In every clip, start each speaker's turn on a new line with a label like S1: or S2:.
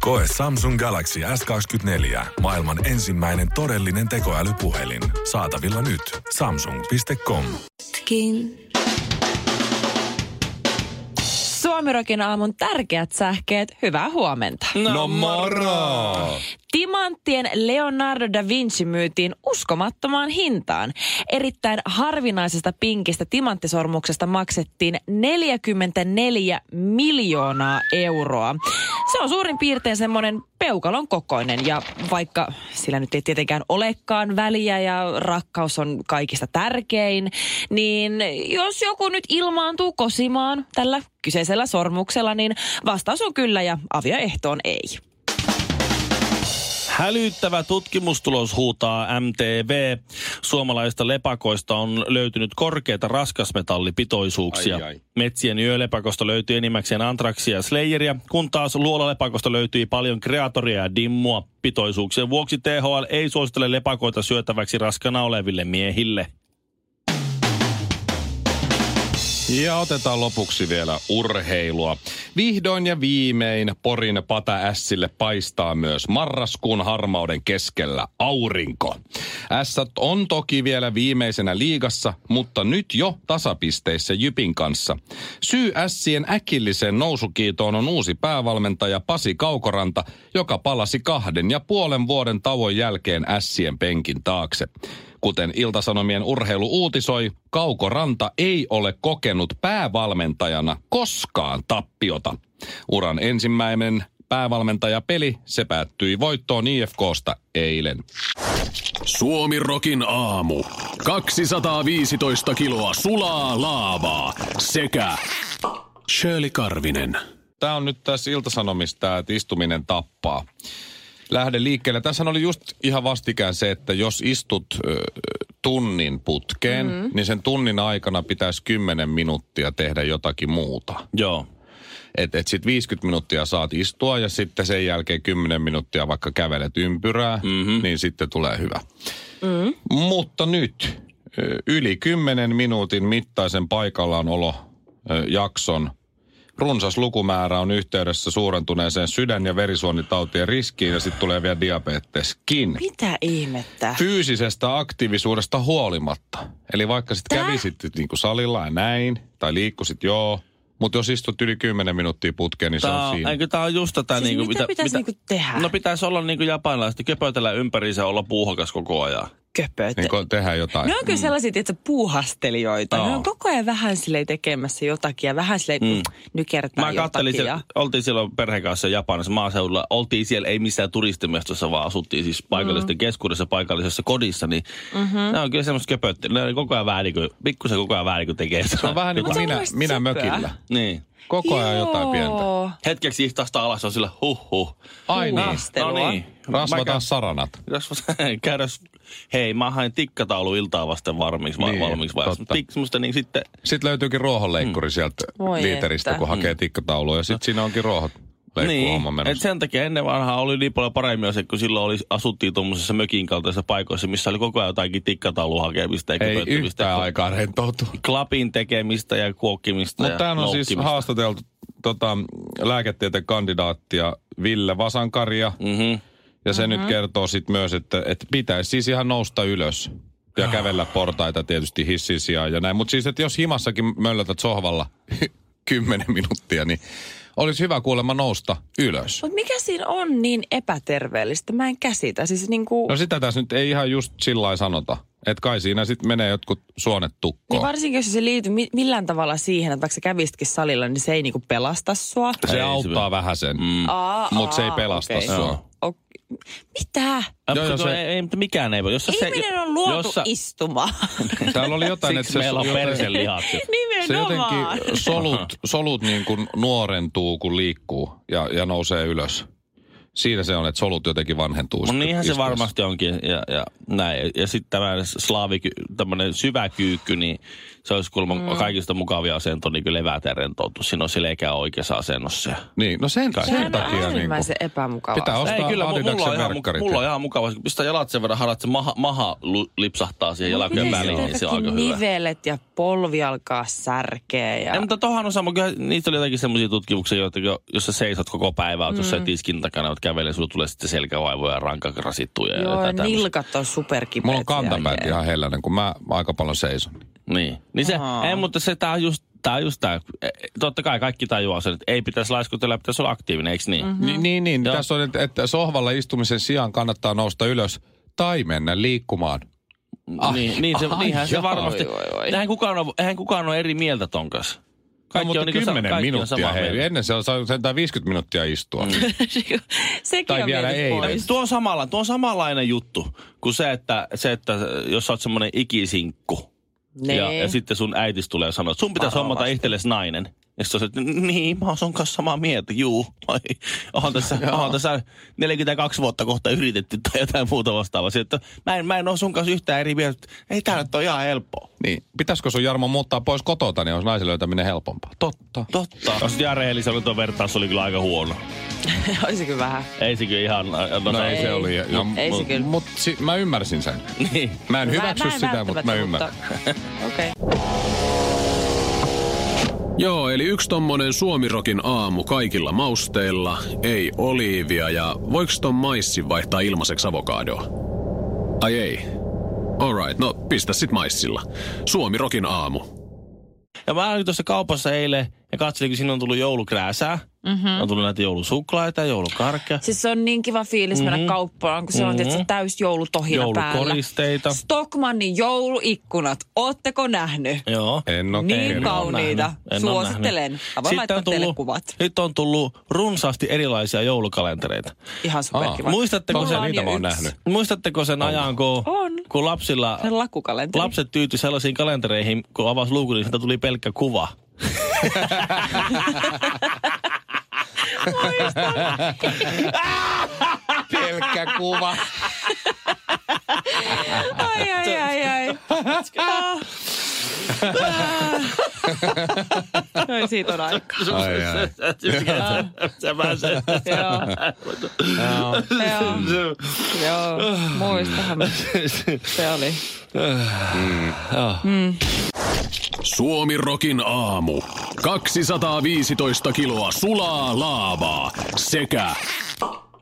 S1: Koe Samsung Galaxy S24. Maailman ensimmäinen todellinen tekoälypuhelin. Saatavilla nyt. Samsung.com.
S2: Suomirokin aamun tärkeät sähkeet, hyvää huomenta.
S3: No moro!
S2: Timanttien Leonardo da Vinci myytiin uskomattomaan hintaan. Erittäin harvinaisesta pinkistä timanttisormuksesta maksettiin 44 miljoonaa euroa. Se on suurin piirtein semmoinen peukalon kokoinen ja vaikka sillä nyt ei tietenkään olekaan väliä ja rakkaus on kaikista tärkein, niin jos joku nyt ilmaantuu kosimaan tällä kyseisellä sormuksella, niin vastaus on kyllä ja avioehtoon ei.
S3: Hälyttävä tutkimustulos huutaa MTV. Suomalaista lepakoista on löytynyt korkeita raskasmetallipitoisuuksia.
S4: Ai, ai.
S3: Metsien yölepakosta löytyy enimmäkseen antraksia ja slayeria, kun taas luolalepakosta löytyi paljon kreatoria ja dimmua. Pitoisuuksien vuoksi THL ei suosittele lepakoita syötäväksi raskana oleville miehille.
S4: Ja otetaan lopuksi vielä urheilua. Vihdoin ja viimein Porin Pata Ässille paistaa myös marraskuun harmauden keskellä aurinko. Ässät on toki vielä viimeisenä liigassa, mutta nyt jo tasapisteissä Jypin kanssa. Syy Ässien äkilliseen nousukiitoon on uusi päävalmentaja Pasi Kaukoranta, joka palasi kahden ja puolen vuoden tauon jälkeen Ässien penkin taakse. Kuten Iltasanomien urheilu uutisoi, Kauko Ranta ei ole kokenut päävalmentajana koskaan tappiota. Uran ensimmäinen päävalmentajapeli, se päättyi voittoon IFKsta eilen.
S5: Suomi Rokin aamu. 215 kiloa sulaa laavaa sekä Shirley Karvinen.
S4: Tämä on nyt tässä Iltasanomissa tämä, että istuminen tappaa. Lähde liikkeelle. Tässä oli just ihan vastikään se, että jos istut ö, tunnin putkeen, mm-hmm. niin sen tunnin aikana pitäisi 10 minuuttia tehdä jotakin muuta.
S3: Joo.
S4: Että et sit 50 minuuttia saat istua ja sitten sen jälkeen 10 minuuttia vaikka kävelet ympyrää, mm-hmm. niin sitten tulee hyvä. Mm-hmm. Mutta nyt ö, yli 10 minuutin mittaisen paikallaanolo ö, jakson runsas lukumäärä on yhteydessä suurentuneeseen sydän- ja verisuonitautien riskiin ja sitten tulee vielä diabeteskin.
S2: Mitä ihmettä?
S4: Fyysisestä aktiivisuudesta huolimatta. Eli vaikka sitten kävisit niinku salilla ja näin, tai liikkusit joo, mutta jos istut yli 10 minuuttia putkeen, niin se
S3: Tää
S4: on
S3: on,
S4: siinä.
S3: eikö tää on just tätä...
S2: Siis
S3: niinku,
S2: mitä pitäisi niinku tehdä?
S3: No pitäisi olla niinku japanilaista, köpötellä ympäriinsä ja olla puuhakas koko ajan.
S2: Köpöt.
S4: Niin kun tehdään jotain.
S2: Ne on kyllä sellaisia, että puuhastelijoita. Ne
S3: Joo.
S2: on koko ajan vähän silleen tekemässä jotakin ja vähän silleen mm. nykertää
S3: Mä kattelin,
S2: jotakin.
S3: siellä,
S2: Ja...
S3: oltiin silloin perheen kanssa Japanissa maaseudulla. Oltiin siellä, ei missään turistimestossa, vaan asuttiin siis paikallisten mm. keskuudessa, paikallisessa kodissa. Niin mm-hmm. Nämä on kyllä semmoista köpöttelyä. Ne on koko ajan vähän niin kuin, pikkusen koko ajan vähän niin kuin tekee
S4: Se on vähän niin
S2: no, Mut
S4: kuin
S2: se on
S4: minä,
S2: mielestäni
S4: minä
S2: söpöä.
S4: mökillä.
S3: Niin.
S4: Koko ajan jotain pientä.
S2: Joo.
S3: Hetkeksi istahtaa alas, on sillä huh huh.
S4: Ai niin.
S2: Puuhastelua.
S3: No niin. Mä
S4: Rasvataan
S3: käyn-
S4: saranat.
S3: Rasvas, käydäs, hei, mä hain tikkataulu iltaa vasten varmiiksi, niin,
S4: Niin,
S3: valmiiksi vai
S4: totta.
S3: tik, semmoista niin sitten,
S4: Sitten löytyykin
S3: Hmm.
S4: ruohonleikkuri mm. sieltä
S2: Voi
S4: liiteristä,
S2: että.
S4: kun hakee tikkataulua. Ja sitten siinä onkin ruohot leikkuhomma
S3: No. niin, et
S4: menossa.
S3: sen takia ennen vanhaa oli niin paljon paremmin se, kun silloin oli, asuttiin tuommoisessa mökin kaltaisissa paikoissa, missä oli koko ajan jotakin tikkataulun hakemista ja
S4: Ei
S3: köpöttämistä ja
S4: yhtään
S3: ku-
S4: aikaa rentoutu.
S3: Klapin tekemistä ja kuokkimista ja
S4: Mutta tämän on siis
S3: noukkimista.
S4: haastateltu tota, lääketieteen kandidaattia Ville Vasankaria.
S3: Mhm.
S4: Ja se nyt kertoo sitten myös, että, että pitäisi siis ihan nousta ylös. Ja kävellä portaita tietysti hissin sijaan ja näin. Mutta siis, että jos himassakin möllötät sohvalla 10 minuuttia, niin olisi hyvä kuulemma nousta ylös.
S2: Mutta mikä siinä on niin epäterveellistä? Mä en käsitä. Siis niinku,
S4: No
S2: no,
S4: sitä tässä nyt ei ihan just sillä lailla sanota. Että kai siinä sitten menee jotkut suonet
S2: niin
S4: tukkoon.
S2: varsinkin jos se liity mi- millään tavalla siihen, että vaikka sä kävisitkin salilla, niin se ei niinku pelasta sua.
S4: Se
S3: Ei,
S4: auttaa vähän sen, mm.
S2: Aa,
S4: mutta se ei
S2: aa,
S4: pelasta
S2: okei.
S4: okay. sua.
S2: O- Mitä?
S3: Äh,
S4: Joo, joo,
S3: no
S4: se-
S3: ei, ei, mutta mikään ei voi. Jos se,
S2: Ihminen on luotu
S3: jos sä-
S2: istumaan.
S4: Täällä oli jotain, että
S3: Siksi
S4: se,
S3: meillä on
S4: joten-
S3: perselihat. jo.
S4: se
S2: Nimenomaan.
S4: jotenkin solut, solut niin kuin nuorentuu, kun liikkuu ja, ja nousee ylös. Siinä se on, että solut jotenkin vanhentuu.
S3: No
S4: sitten
S3: niinhän se
S4: istuessa.
S3: varmasti onkin. Ja, ja, näin. ja sitten tämä slaaviky, tämmöinen syväkyykky, niin se olisi kuulemma mm. kaikista mukavia asento, niin kuin leväten rentoutus. Siinä on selkä oikeassa asennossa.
S4: Niin, no sen, sen
S6: Sehän on
S4: takia niin
S2: äärimmäisen epämukavaa.
S4: pitää ostaa
S3: Ei, kyllä, mu- mulla on,
S4: Adidaksen
S3: ihan, mu-
S4: verkkarit.
S3: mulla on ihan mukava. Kun pistää jalat sen verran harrat, se maha, maha lu- lipsahtaa siihen jalkojen väliin, niin se on aika hyvä.
S2: nivelet ja polvi alkaa särkeä. Ja...
S3: Ei, mutta tohan on sama, kyllä niitä oli jotakin semmoisia tutkimuksia, joita, jo- jos sä seisot koko päivää, mm. jos sä tiskin takana, oot kävelee, sulla tulee sitten selkävaivoja ja rankarasittuja.
S2: Joo,
S3: ja
S2: ja
S3: tämmöistä.
S2: nilkat on superkipeät.
S4: Mulla on
S2: sen
S4: kantapäät
S2: jälkeen.
S4: ihan helläinen, kun mä aika paljon seison.
S3: Niin. Niin se, ei, mutta se tää on just Tämä on just tämä. Totta kai kaikki tajuaa sen, että ei pitäisi laiskutella, pitäisi olla aktiivinen, eikö niin? Mm-hmm.
S4: Ni, niin, niin.
S3: Joo.
S4: Tässä on, että, että sohvalla istumisen sijaan kannattaa nousta ylös tai mennä liikkumaan. Ah,
S3: niin, niin se,
S4: ai,
S3: niinhän se
S4: jaa.
S3: varmasti.
S2: Oi, oi, oi.
S3: Eihän kukaan ole, eihän kukaan ole eri mieltä ton kanssa.
S4: Kaikki no, mutta on
S3: niinku sa-
S4: 10
S3: kaikki on
S4: minuuttia,
S3: samaa
S4: hei.
S3: mieltä. Mm.
S4: Ennen se on saanut sentään 50 minuuttia istua.
S2: Sekin
S4: Tai
S2: on
S4: vielä
S2: vienyt
S4: eilen.
S2: pois.
S3: Tuo on, samalla, tuo on samanlainen juttu kuin se, että, se, että jos sä oot semmoinen ikisinkku
S2: Nee.
S3: ja, ja, sitten sun äitis tulee ja sanoo, että sun pitäisi hommata itsellesi nainen. Ja sit sä oot, että niin, mä oon sun kanssa samaa mieltä, juu. Ai, Oon tässä, oon tässä 42 vuotta kohta yritetty tai jotain muuta vastaavaa. Sitten, että mä en, mä en oo sun kanssa yhtään eri mieltä. Ei tää nyt ole ihan helppoa.
S4: niin. Pitäisikö sun Jarmo muuttaa pois kotota, niin olisi naisen löytäminen helpompaa? Totta.
S3: Totta. Jos ihan rehellisellä tuo vertaus oli kyllä aika huono.
S2: Olisi kyllä vähän.
S3: Ei se kyllä ihan... No,
S4: No ei,
S3: ei.
S4: se oli. No,
S2: ei se kyllä.
S4: Mutta si- mä ymmärsin sen.
S3: Niin.
S4: Mä en
S2: Mä-
S4: hyväksy
S2: mä en
S4: sitä, mutta mä
S2: välttämättä,
S4: ymmärrän.
S2: mutta- Okei.
S5: Joo, eli yksi tommonen suomirokin aamu kaikilla mausteilla, ei oliivia ja voiko ton maissi vaihtaa ilmaiseksi avokadoa? Ai ei. Alright, no pistä sit maissilla. Suomirokin aamu.
S3: Ja mä olin tuossa kaupassa eilen ja katselin, kun sinne on tullut joulukrääsää. Mm-hmm.
S2: Mhm.
S3: On tullut näitä joulusuklaita, joulukarkkeja.
S2: Siis se on niin kiva fiilis mennä
S4: Mhm.
S2: mm-hmm. kauppaan, kun se on mm-hmm. tietysti täys joulutohina päällä.
S3: Joulukoristeita.
S2: Stockmannin jouluikkunat, ootteko nähnyt?
S3: Joo.
S4: En oo
S2: Niin
S4: kerran.
S3: oo
S2: kauniita.
S3: nähnyt. oo
S2: Suosittelen.
S3: nähnyt.
S2: Mä voin
S3: Sitten
S2: laittaa
S3: on
S2: teille kuvat.
S3: Nyt on tullut runsaasti erilaisia joulukalentereita.
S2: Ihan superkiva.
S3: Muistatteko
S4: Onko
S3: sen,
S2: Mulla on
S4: niitä
S2: jo
S4: mä oon
S2: yksi.
S4: nähnyt?
S3: muistatteko sen ajan, kun,
S2: On.
S3: kun lapsilla,
S2: Sen lakukalenteri.
S3: lapset tyyti sellaisiin kalentereihin, kun avasi luukun, niin siitä tuli pelkkä kuva.
S4: Pelkkä kuva.
S2: Ai, ai, ai, ai. Ah. Ah. Noin siitä on aikaa.
S4: Ai, ai.
S3: Se vähän se.
S2: Joo. Joo. Joo. Muistahan. Se oli.
S5: Suomirokin aamu. 215 kiloa sulaa laavaa sekä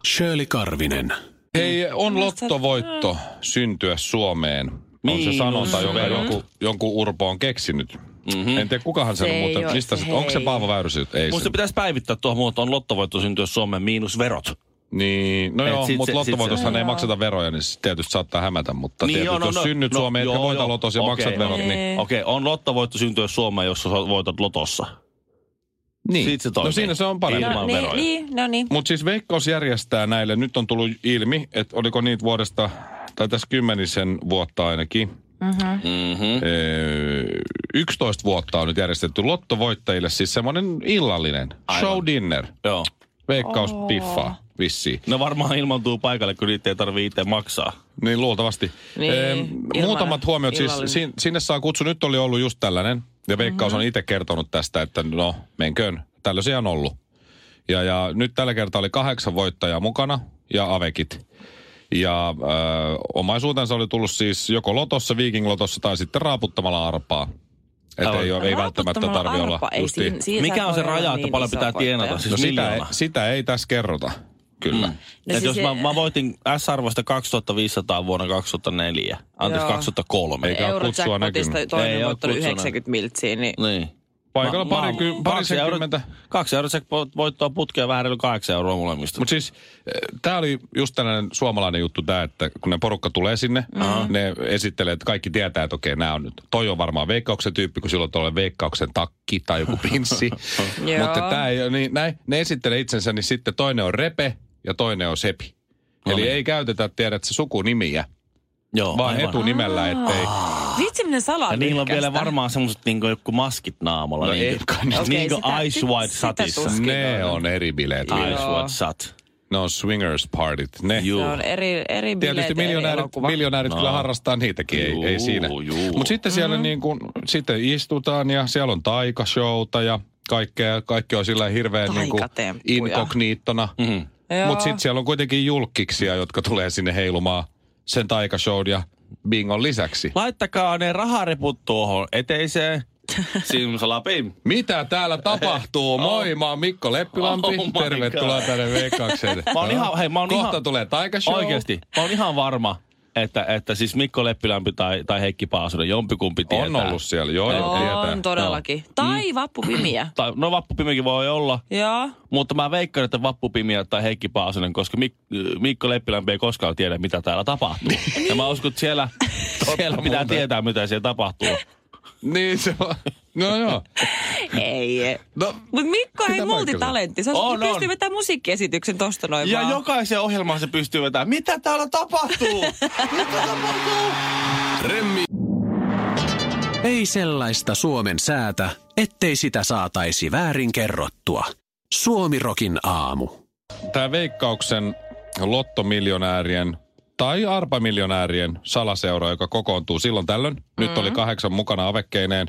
S5: Shirley Karvinen.
S4: Hei, on lottovoitto syntyä Suomeen. On se
S2: Niin
S3: Miinus
S4: sanonta, jonka jonkun, jonkun Urpo on keksinyt. Mm-hmm. En tiedä, kukahan se
S2: Mhm. Se
S4: on,
S2: ei
S4: mutta
S2: oo
S4: mistä
S2: se,
S4: se, onko se
S2: hei.
S4: Paavo Väyrysy? Ei se.
S3: Musta pitäisi päivittää tuohon muotoon lottovoitto syntyä Suomen miinus verot.
S4: Niin, no
S3: Et
S4: joo,
S3: sit
S4: mutta
S3: se- sit se-
S4: lottovoitoshan ei makseta veroja, niin se tietysti saattaa hämätä, mutta niin, tietysti, jos synnyt Suomeen,
S3: no joo,
S4: että voita
S3: joo.
S4: lotos ja
S3: Okei,
S4: maksat verot,
S3: okei.
S4: niin...
S3: Okei, on lottovoitto syntyä Suomeen, jos sä voitat lotossa.
S4: niin.
S3: Siitä se toimii.
S4: no siinä se on parempi.
S3: Ilman
S2: niin,
S3: veroja.
S2: niin, no niin.
S4: Mutta siis Veikkaus järjestää näille, nyt on tullut ilmi, että oliko niitä vuodesta, tai tässä kymmenisen vuotta ainakin,
S3: Mm-hmm.
S4: öö, 11 vuotta on nyt järjestetty lottovoittajille, siis semmoinen illallinen
S3: Aivan.
S4: show dinner.
S3: Joo.
S4: Veikkaus piffaa, vissiin.
S3: Ne varmaan ilmaantuu paikalle, kun niitä ei tarvitse itse maksaa.
S2: No
S4: Niin luultavasti.
S2: Niin, ilman-
S4: muutamat huomiot, siis
S2: illallinen. Mhm.
S4: sin, sinne saa kutsu, nyt oli ollut just tällainen, ja Veikkaus mm-hmm. on itse kertonut tästä, että no menköön, tällaisia on ollut. Ja, ja nyt tällä kertaa oli kahdeksan voittajaa mukana ja avekit. Ja ö, omaisuutensa oli tullut siis joko lotossa, viikinglotossa tai sitten raaputtamalla arpaa. Että
S3: Aivan.
S4: ei, ole- ei välttämättä
S2: Raaputtamalla
S4: tarvi olla
S2: arpa, ei
S4: justiin-
S2: siinä- siinä
S3: Mikä
S2: sä
S3: on se
S2: voi
S3: raja,
S2: olla niin
S3: että paljon
S2: iso
S3: pitää
S2: voittaja.
S3: tienata? Siis
S4: No sitä, ei,
S3: miljoona.
S4: sitä ei tässä kerrota, kyllä. Mm.
S2: No
S3: No
S2: siis
S3: siis jos
S2: se-
S3: mä, mä voitin S-arvosta 2500 vuonna 2004, anteeksi
S2: Joo.
S3: 2003.
S4: Eikä ole kutsua
S2: Eurojackpotista
S4: näkynyt.
S2: toinen
S3: Ei ole
S2: voittanut
S3: kutsua
S2: 90 miltsiä, niin
S3: Niin.
S4: Paikalla
S3: Mä-
S4: pari,
S3: mä-
S4: ky-
S3: kaksi euro-
S4: parikymmentä.
S3: Kaksi euroa voittoa putkea vähän reilu kahdeksan euroa molemmista.
S4: Mutta siis tämä oli just tällainen suomalainen juttu tämä, että kun ne porukka tulee sinne, mm. ne esittelee, että kaikki tietää, että okei, nämä on nyt, toi on varmaan veikkauksen tyyppi, kun silloin tulee veikkauksen takki tai joku pinssi.
S2: Joo.
S4: Mutta tämä ei ole niin, näin, ne esittelee itsensä, niin sitten toinen on Repe ja toinen on Sepi. Eli
S3: niin.
S4: ei käytetä, tiedät, se sukunimiä,
S3: Joo,
S4: vaan
S3: aivan. Ah,
S4: etunimellä, ettei...
S2: vitsiminen salaa
S3: No. Ja niillä on vielä varmaan semmoset niinku joku maskit naamalla.
S4: No
S3: niinku,
S4: ei kai
S3: niinku
S2: Okei, sitä-
S3: Ice
S2: sit-
S3: White
S2: sitä
S3: Satissa.
S2: tuskin
S4: Ne on eri bileet.
S3: Ice White Sat.
S4: Ne on swingers partit. Ne.
S2: Se on eri, eri bileet,
S4: Tietysti
S2: eri
S4: miljonäärit,
S2: elokuva.
S4: miljonäärit no. kyllä harrastaa niitäkin, ei, ei siinä.
S3: Juu, juu.
S4: Mutta sitten siellä mm-hmm. niin kun, sitten istutaan ja siellä on taikashowta ja kaikkea. Kaikki on sillä hirveän niin kuin
S2: Taikatemppuja.
S4: inkogniittona. Mm-hmm.
S2: Joo.
S4: Mutta sitten siellä on kuitenkin julkkiksia, jotka tulee sinne heilumaan sen taikashown ja bingon lisäksi.
S3: Laittakaa ne rahareput tuohon eteiseen. Simsalapim.
S4: Mitä täällä tapahtuu? Moi, mä oon Mikko Leppilampi.
S3: Oh my
S4: Tervetuloa
S3: God.
S4: tänne veikkaukseen.
S3: Mä oon
S4: Joo.
S3: ihan- hei, mä oon
S4: Kohta
S3: ihan-
S4: tulee taikashow.
S3: Oikeesti. Mä oon ihan varma, että, että siis Mikko Leppilämpi tai, tai Heikki Paasunen, jompikumpi tietää.
S4: On ollut siellä, joo, joo, tietää.
S2: On todellakin.
S4: Mm.
S2: Tai vappupimiä.
S3: Tai, no vappupimikin voi olla,
S2: Joo.
S3: mutta mä veikkaan, että vappupimiä tai Heikki Paasunen, koska Mik, Mikko Leppilämpi ei koskaan tiedä, mitä täällä tapahtuu. ja mä uskon, että siellä, siellä pitää
S4: muuten.
S3: tietää, mitä siellä tapahtuu.
S4: Niin se on. No joo.
S2: Ei.
S4: No,
S2: Mutta Mikko
S4: Pitää
S2: ei multitalentti. Se on,
S3: On,
S2: on, pystyy
S3: on.
S2: vetämään musiikkiesityksen tosta noin
S3: Ja
S2: vaan.
S3: jokaisen ohjelmaan se pystyy vetämään. Mitä täällä tapahtuu?
S5: Ei sellaista Suomen säätä, ettei sitä saataisi väärin kerrottua. Suomirokin aamu.
S4: Tämä veikkauksen lottomiljonäärien tai arpamiljonäärien salaseura, joka kokoontuu silloin tällöin. Nyt oli kahdeksan mukana avekkeineen.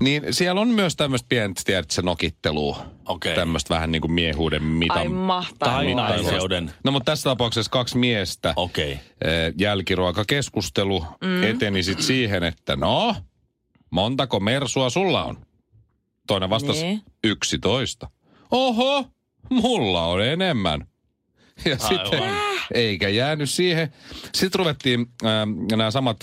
S4: Niin siellä on myös tämmöistä pientä, tiedätkö, nokittelua.
S3: Okei.
S4: Tämmöistä vähän niin kuin miehuuden mitan.
S2: Ai mahtavaa.
S3: Tai naiseuden.
S4: No mutta tässä tapauksessa kaksi miestä.
S3: Okei. Okay.
S4: eh, jälkiruokakeskustelu mm. eteni sit siihen, että no, montako mersua sulla on? Toinen vastasi
S2: Niin.
S4: 11. Oho, mulla on enemmän. Ja sitten, eikä jäänyt siihen. Sitten ruvettiin ähm, nämä samat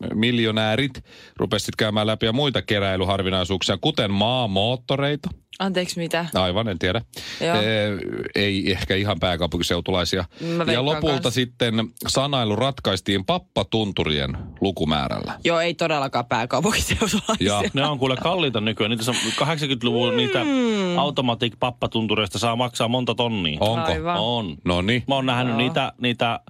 S4: miesmiljonäärit rupesivat käymään läpi ja muita keräilyharvinaisuuksia, kuten maamoottoreita.
S2: Anteeksi mitä?
S4: Aivan, en tiedä.
S2: Joo.
S4: Ee, ei ehkä ihan pääkaupunkiseutulaisia.
S2: Mä
S4: Ja
S2: veikkaan
S4: lopulta
S2: kans.
S4: sitten sanailu ratkaistiin pappatunturien lukumäärällä.
S2: Joo, ei todellakaan pääkaupunkiseutulaisia.
S4: Ja
S3: Ne on kuule kalliita nykyään. Niitä on 80-luvun mm. niitä automatic-pappatuntureista saa maksaa monta tonnia.
S4: onko?
S2: Aivan.
S3: On.
S4: No niin.
S3: Mä oon nähnyt niitä, niitä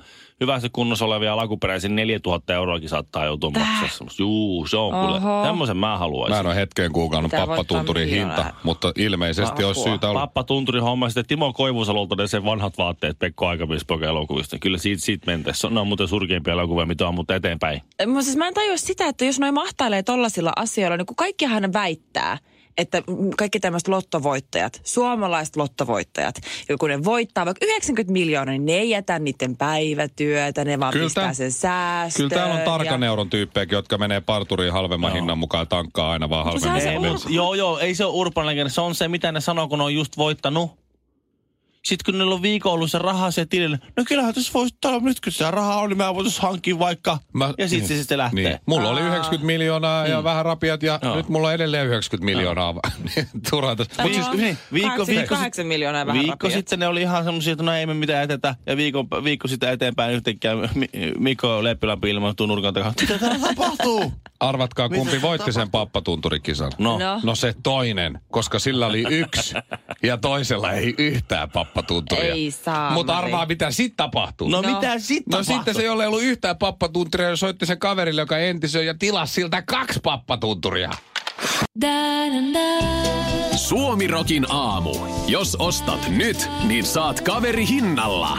S3: hyvässä kunnossa olevia alkuperäisiä 4000 euroakin saattaa joutua maksaa. semmoista. Juu, se on kuule. Tämmöisen mä haluaisin.
S4: Mä en ole hetkeen googannut
S2: Pitää voittaa
S4: pappatunturin hinta,
S2: miljoonaa.
S4: mutta ilmeisesti olisi
S2: Apua.
S4: syytä olla.
S3: Pappa Tunturi homma sitten Timo Koivusalolta ne sen vanhat vaatteet Pekko Aikamiespoika elokuvista. Kyllä siitä, siitä mentäessä. Ne on muuten surkeimpia elokuvia, mitä on, mutta eteenpäin.
S2: Mä, siis mä en tajua sitä, että jos noin mahtailee tollasilla asioilla, niin kun kaikkihan väittää, että mm, kaikki tämmöiset lottovoittajat, suomalaiset lottovoittajat, ja kun ne voittaa vaikka 90 miljoonaa, niin ne ei jätä niiden päivätyötä, ne vaan
S4: Kyllä
S2: Kyllä pistää
S4: tää-
S2: sen säästöön.
S4: Kyllä täällä on tarkan
S2: ja...
S4: euron tyyppejäkin, jotka menee parturiin halvemman hinnan mukaan tankkaa aina vaan
S2: Mutta sehän
S4: halvemmin.
S2: se
S3: Ei,
S2: on-
S3: mut, joo, joo, ei se ole urban legenda. Se on se, mitä ne sanoo, kun ne on just voittanut. Sitten kun niillä on viikon ollut se raha se tilille, no kyllähän tässä voisi olla, nyt kun sitä rahaa on, niin mä voisin hankkia vaikka.
S4: Mä-
S3: ja sitten se sitten lähtee. Mm.
S4: Niin. Mulla oli 90 miljoonaa ja vähän rapiat ja
S3: Joo.
S4: nyt mulla on edelleen 90 miljoonaa. Turhaa tässä. Mut siis,
S2: Joo.
S3: niin, viikko-
S2: Kahdeksan-
S3: viikko sit-
S2: kahdeksan miljoonaa ja vähän
S3: Viikko
S2: rapiat.
S3: sitten ne oli ihan semmoisia, että no ei me mitään jätetä. Ja viikko, viikko sitten eteenpäin yhtäkkiä Mi- Mikko Leppilampi ilmaantuu nurkan takaa. Mitä täällä tapahtuu?
S4: arvatkaa kumpi voitti sen pappatunturikisan.
S3: No.
S2: No.
S4: No se toinen, koska sillä oli yksi ja toisella ei yhtään pappatunturia.
S2: Ei saa,
S4: Mutta
S2: Mari.
S4: arvaa mitä sitten tapahtuu.
S3: No, mitä sitten
S4: No sitten se, jolla ei ollut yhtään pappatunturia, ja soitti sen kaverille, joka entisöi ja tilasi siltä kaksi pappatunturia.
S5: Suomirokin aamu. Jos ostat nyt, niin saat kaveri hinnalla.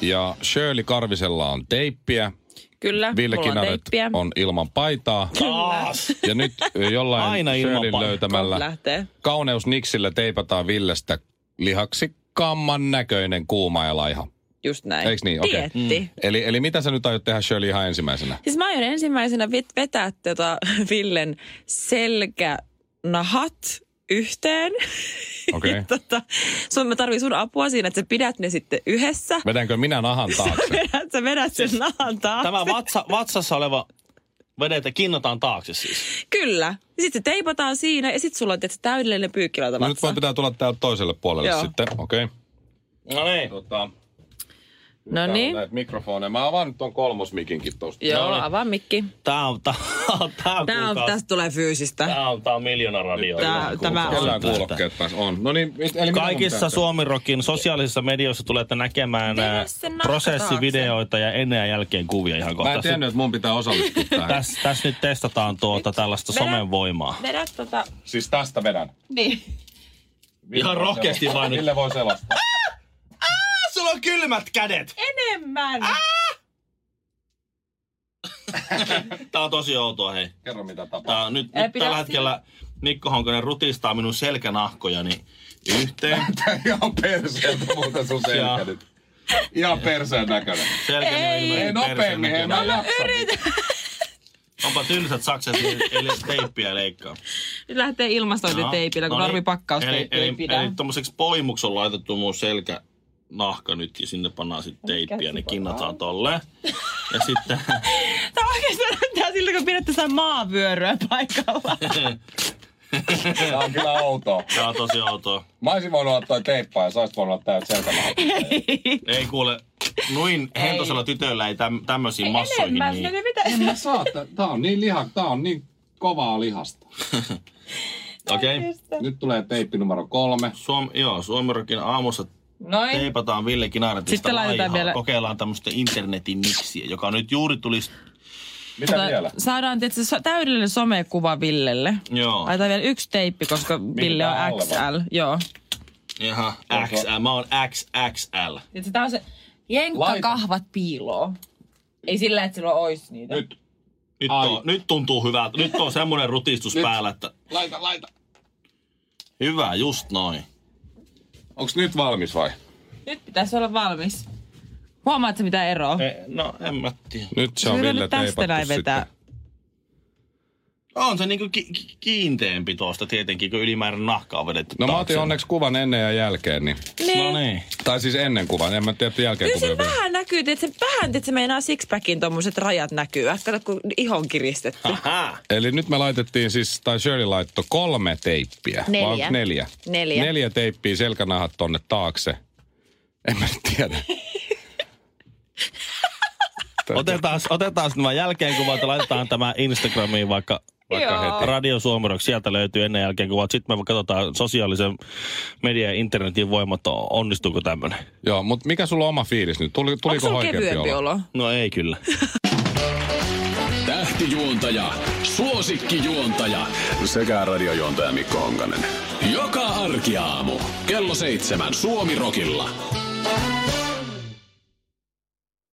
S4: Ja Shirley Karvisella on teippiä.
S2: Kyllä,
S4: Ville
S2: mulla on
S4: Kinaret
S2: teippiä.
S4: on ilman paitaa.
S3: Taas.
S4: Ja nyt jollain
S3: Aina ilman
S4: Shirleyn
S3: paitaa.
S4: löytämällä
S2: Lähtee.
S4: kauneusniksillä teipataan Villestä lihaksi kamman näköinen kuuma ja laiha.
S2: Just näin.
S4: Eiks niin? Okei.
S2: Dieetti.
S4: Eli, eli mitä sä nyt aiot tehdä Shirley ihan ensimmäisenä?
S2: Siis mä aion ensimmäisenä vet- vetää tota Villen selkänahat yhteen.
S4: Okei.
S2: Ja tota, sun, mä tarvii sun apua siinä, että sä pidät ne sitten yhdessä.
S4: Vedänkö minä nahan taakse?
S2: Vedät, sä vedät sen nahan taakse.
S3: Siis Tämä vatsa, vatsassa oleva vedetä kinnataan taakse siis.
S2: Kyllä. Sitten se teipataan siinä ja sitten sulla on tietysti täydellinen pyykkilauta
S4: No nyt
S2: vatsa.
S4: voi pitää tulla täältä toiselle puolelle
S2: Joo.
S4: sitten. Okei. Okay.
S3: No niin. Tota,
S6: No niin.
S4: No Näitä mikrofoneja. Mä avaan nyt ton kolmosmikinkin tosta.
S6: Joo,
S3: niin.
S6: avaa mikki.
S3: Tää on, tää on, tää on,
S2: Tää on,
S3: kuulkaa-
S2: tästä tulee fyysistä.
S3: tää on, tää on miljoona radio.
S2: Tää- tämä on.
S4: Kellään kuulokkeet pääs on. No niin, mit- eli mitä mun
S3: Kaikissa
S4: pitää
S3: Suomirokin sosiaalisissa medioissa tulette näkemään
S2: Vedä
S3: ää,
S2: sen nahka
S3: prosessivideoita ja ennen ja jälkeen kuvia ihan
S4: tehdä? Mä
S3: kohta.
S4: en tiennyt, että mun pitää osallistua tähän.
S3: Tässä täs nyt testataan tuota tällaista
S2: Vedä-
S3: somen voimaa.
S2: Vedä tota...
S4: Siis tästä vedän.
S2: Niin.
S4: Ville
S3: Ihan
S4: voi
S3: rohkeasti
S4: selostaa.
S3: vaan nyt.
S4: Ville voi selostaa.
S3: Sulla on kylmät kädet!
S2: Enemmän!
S3: Tää on tosi outoa, hei.
S4: Kerro mitä tapahtuu.
S3: Tää, on nyt,
S2: Ei
S3: nyt
S2: pidä
S3: tällä
S2: siitä.
S3: hetkellä Mikko Honkonen rutistaa minun selkänahkojani yhteen.
S4: Tää on ihan perseeltä muuten sun selkä
S3: Joo.
S4: nyt. Ihan perseen näköinen.
S3: Selkäni on ilmeisesti
S4: Ei nopeammin, hei
S3: perseen
S4: mä
S2: No,
S3: näköinen.
S4: jaksan.
S3: Onpa tylsät sakset, eli teippiä leikkaa.
S2: Nyt lähtee ilmastointiteipillä, kun
S3: No niin.
S2: normipakkausteippi
S3: eli,
S2: ei
S3: eli,
S2: pidä.
S3: Eli tommoseksi poimuksi on laitettu mun selkä nahka nyt ja sinne pannaan sitten teippiä, ne kinnataan tolle. Ja sitten,
S2: Tämä oikeasti näyttää siltä, kun pidätte sitä maavyöryä paikalla.
S4: Tää on kyllä outoa.
S3: tää on tosi outoa.
S4: Mä olisin voinut olla toi teippaa ja sä olisit voinut olla täyt selkänahka.
S3: Ei kuule, noin hentosella tytöllä ei täm, tämmöisiin massoihin.
S2: Enemmän,
S3: Niin.
S2: niin mitä?
S4: En mä saa, tä- tää on niin liha, tää on niin kovaa lihasta.
S3: Okei, okay.
S4: Nyt tulee teippi numero kolme.
S3: Suom, joo, Suomirokin aamussa
S2: Noin.
S3: teipataan Ville Kinaretista
S2: Sitten laitetaan
S3: laihaa.
S2: vielä-
S3: Kokeillaan tämmöistä internetin miksiä, joka nyt juuri tulisi,
S4: Mitä vielä?
S2: Saadaan tietysti so- täydellinen somekuva Villelle.
S4: No.
S3: joo,
S2: Laitetaan vielä yksi teippi, koska Ville on
S4: tää alle vai?
S2: XL. Joo.
S3: ihan XL, mä oon XXL.
S2: Sitten tää on se jenkkakahvat piiloo. Ei sillä, että sillä olisi niitä.
S4: Nyt.
S3: Nyt,
S4: Ai.
S3: on, nyt tuntuu hyvältä. Nyt on semmoinen rutistus
S4: Nyt.
S3: päällä, että
S4: Laita, laita.
S3: hyvä, just noin.
S4: Onks nyt valmis vai?
S2: Nyt pitäisi olla valmis. Huomaatko mitä eroa?
S3: E, no, en mä tiedä.
S4: Nyt se
S2: Sä vedät tästä näin vetää.
S3: On se niinku ki- ki- kiinteämpi tuosta tietenkin, kun ylimääräinen nahka on vedetty
S4: No mä
S3: taakse.
S4: otin onneksi kuvan ennen ja jälkeen, niin.
S3: No niin.
S4: Tai siis ennen kuvan, en mä tiedä jälkeen
S2: Kyllä se
S4: kuvia. vielä.
S2: vähän näkyy, että se vähän, että se meinaa sixpackin tommoset rajat näkyä. Kato, kun ihon kiristetty.
S4: Ah,
S3: Aha.
S4: Eli nyt me laitettiin siis, tai Shirley laittoi kolme teippiä.
S2: Neljä.
S4: Vai onko neljä?
S2: Neljä.
S4: Neljä teippiä selkänahat tonne taakse. En mä nyt tiedä.
S3: Otetaan, otetaan nämä jälkeen kuvat ja laitetaan tämä Instagramiin vaikka
S4: Vaikka
S2: Joo.
S4: heti.
S3: Radio Suomiroksi. Sieltä löytyy ennen jälkeen kuvat. Sitten me katsotaan sosiaalisen median ja internetin voimat, onnistuuko tämmöinen.
S4: Joo, mutta mikä sulla on oma fiilis nyt? Tuli,
S2: Onko
S4: tuliko
S2: sulla
S4: oikeampi
S2: kevyempi
S4: olo?
S2: olo?
S3: No ei kyllä.
S5: Tähtijuontaja, suosikkijuontaja sekä radiojuontaja Mikko Honkanen. Joka arkiaamu kello seitsemän Suomi Rokilla.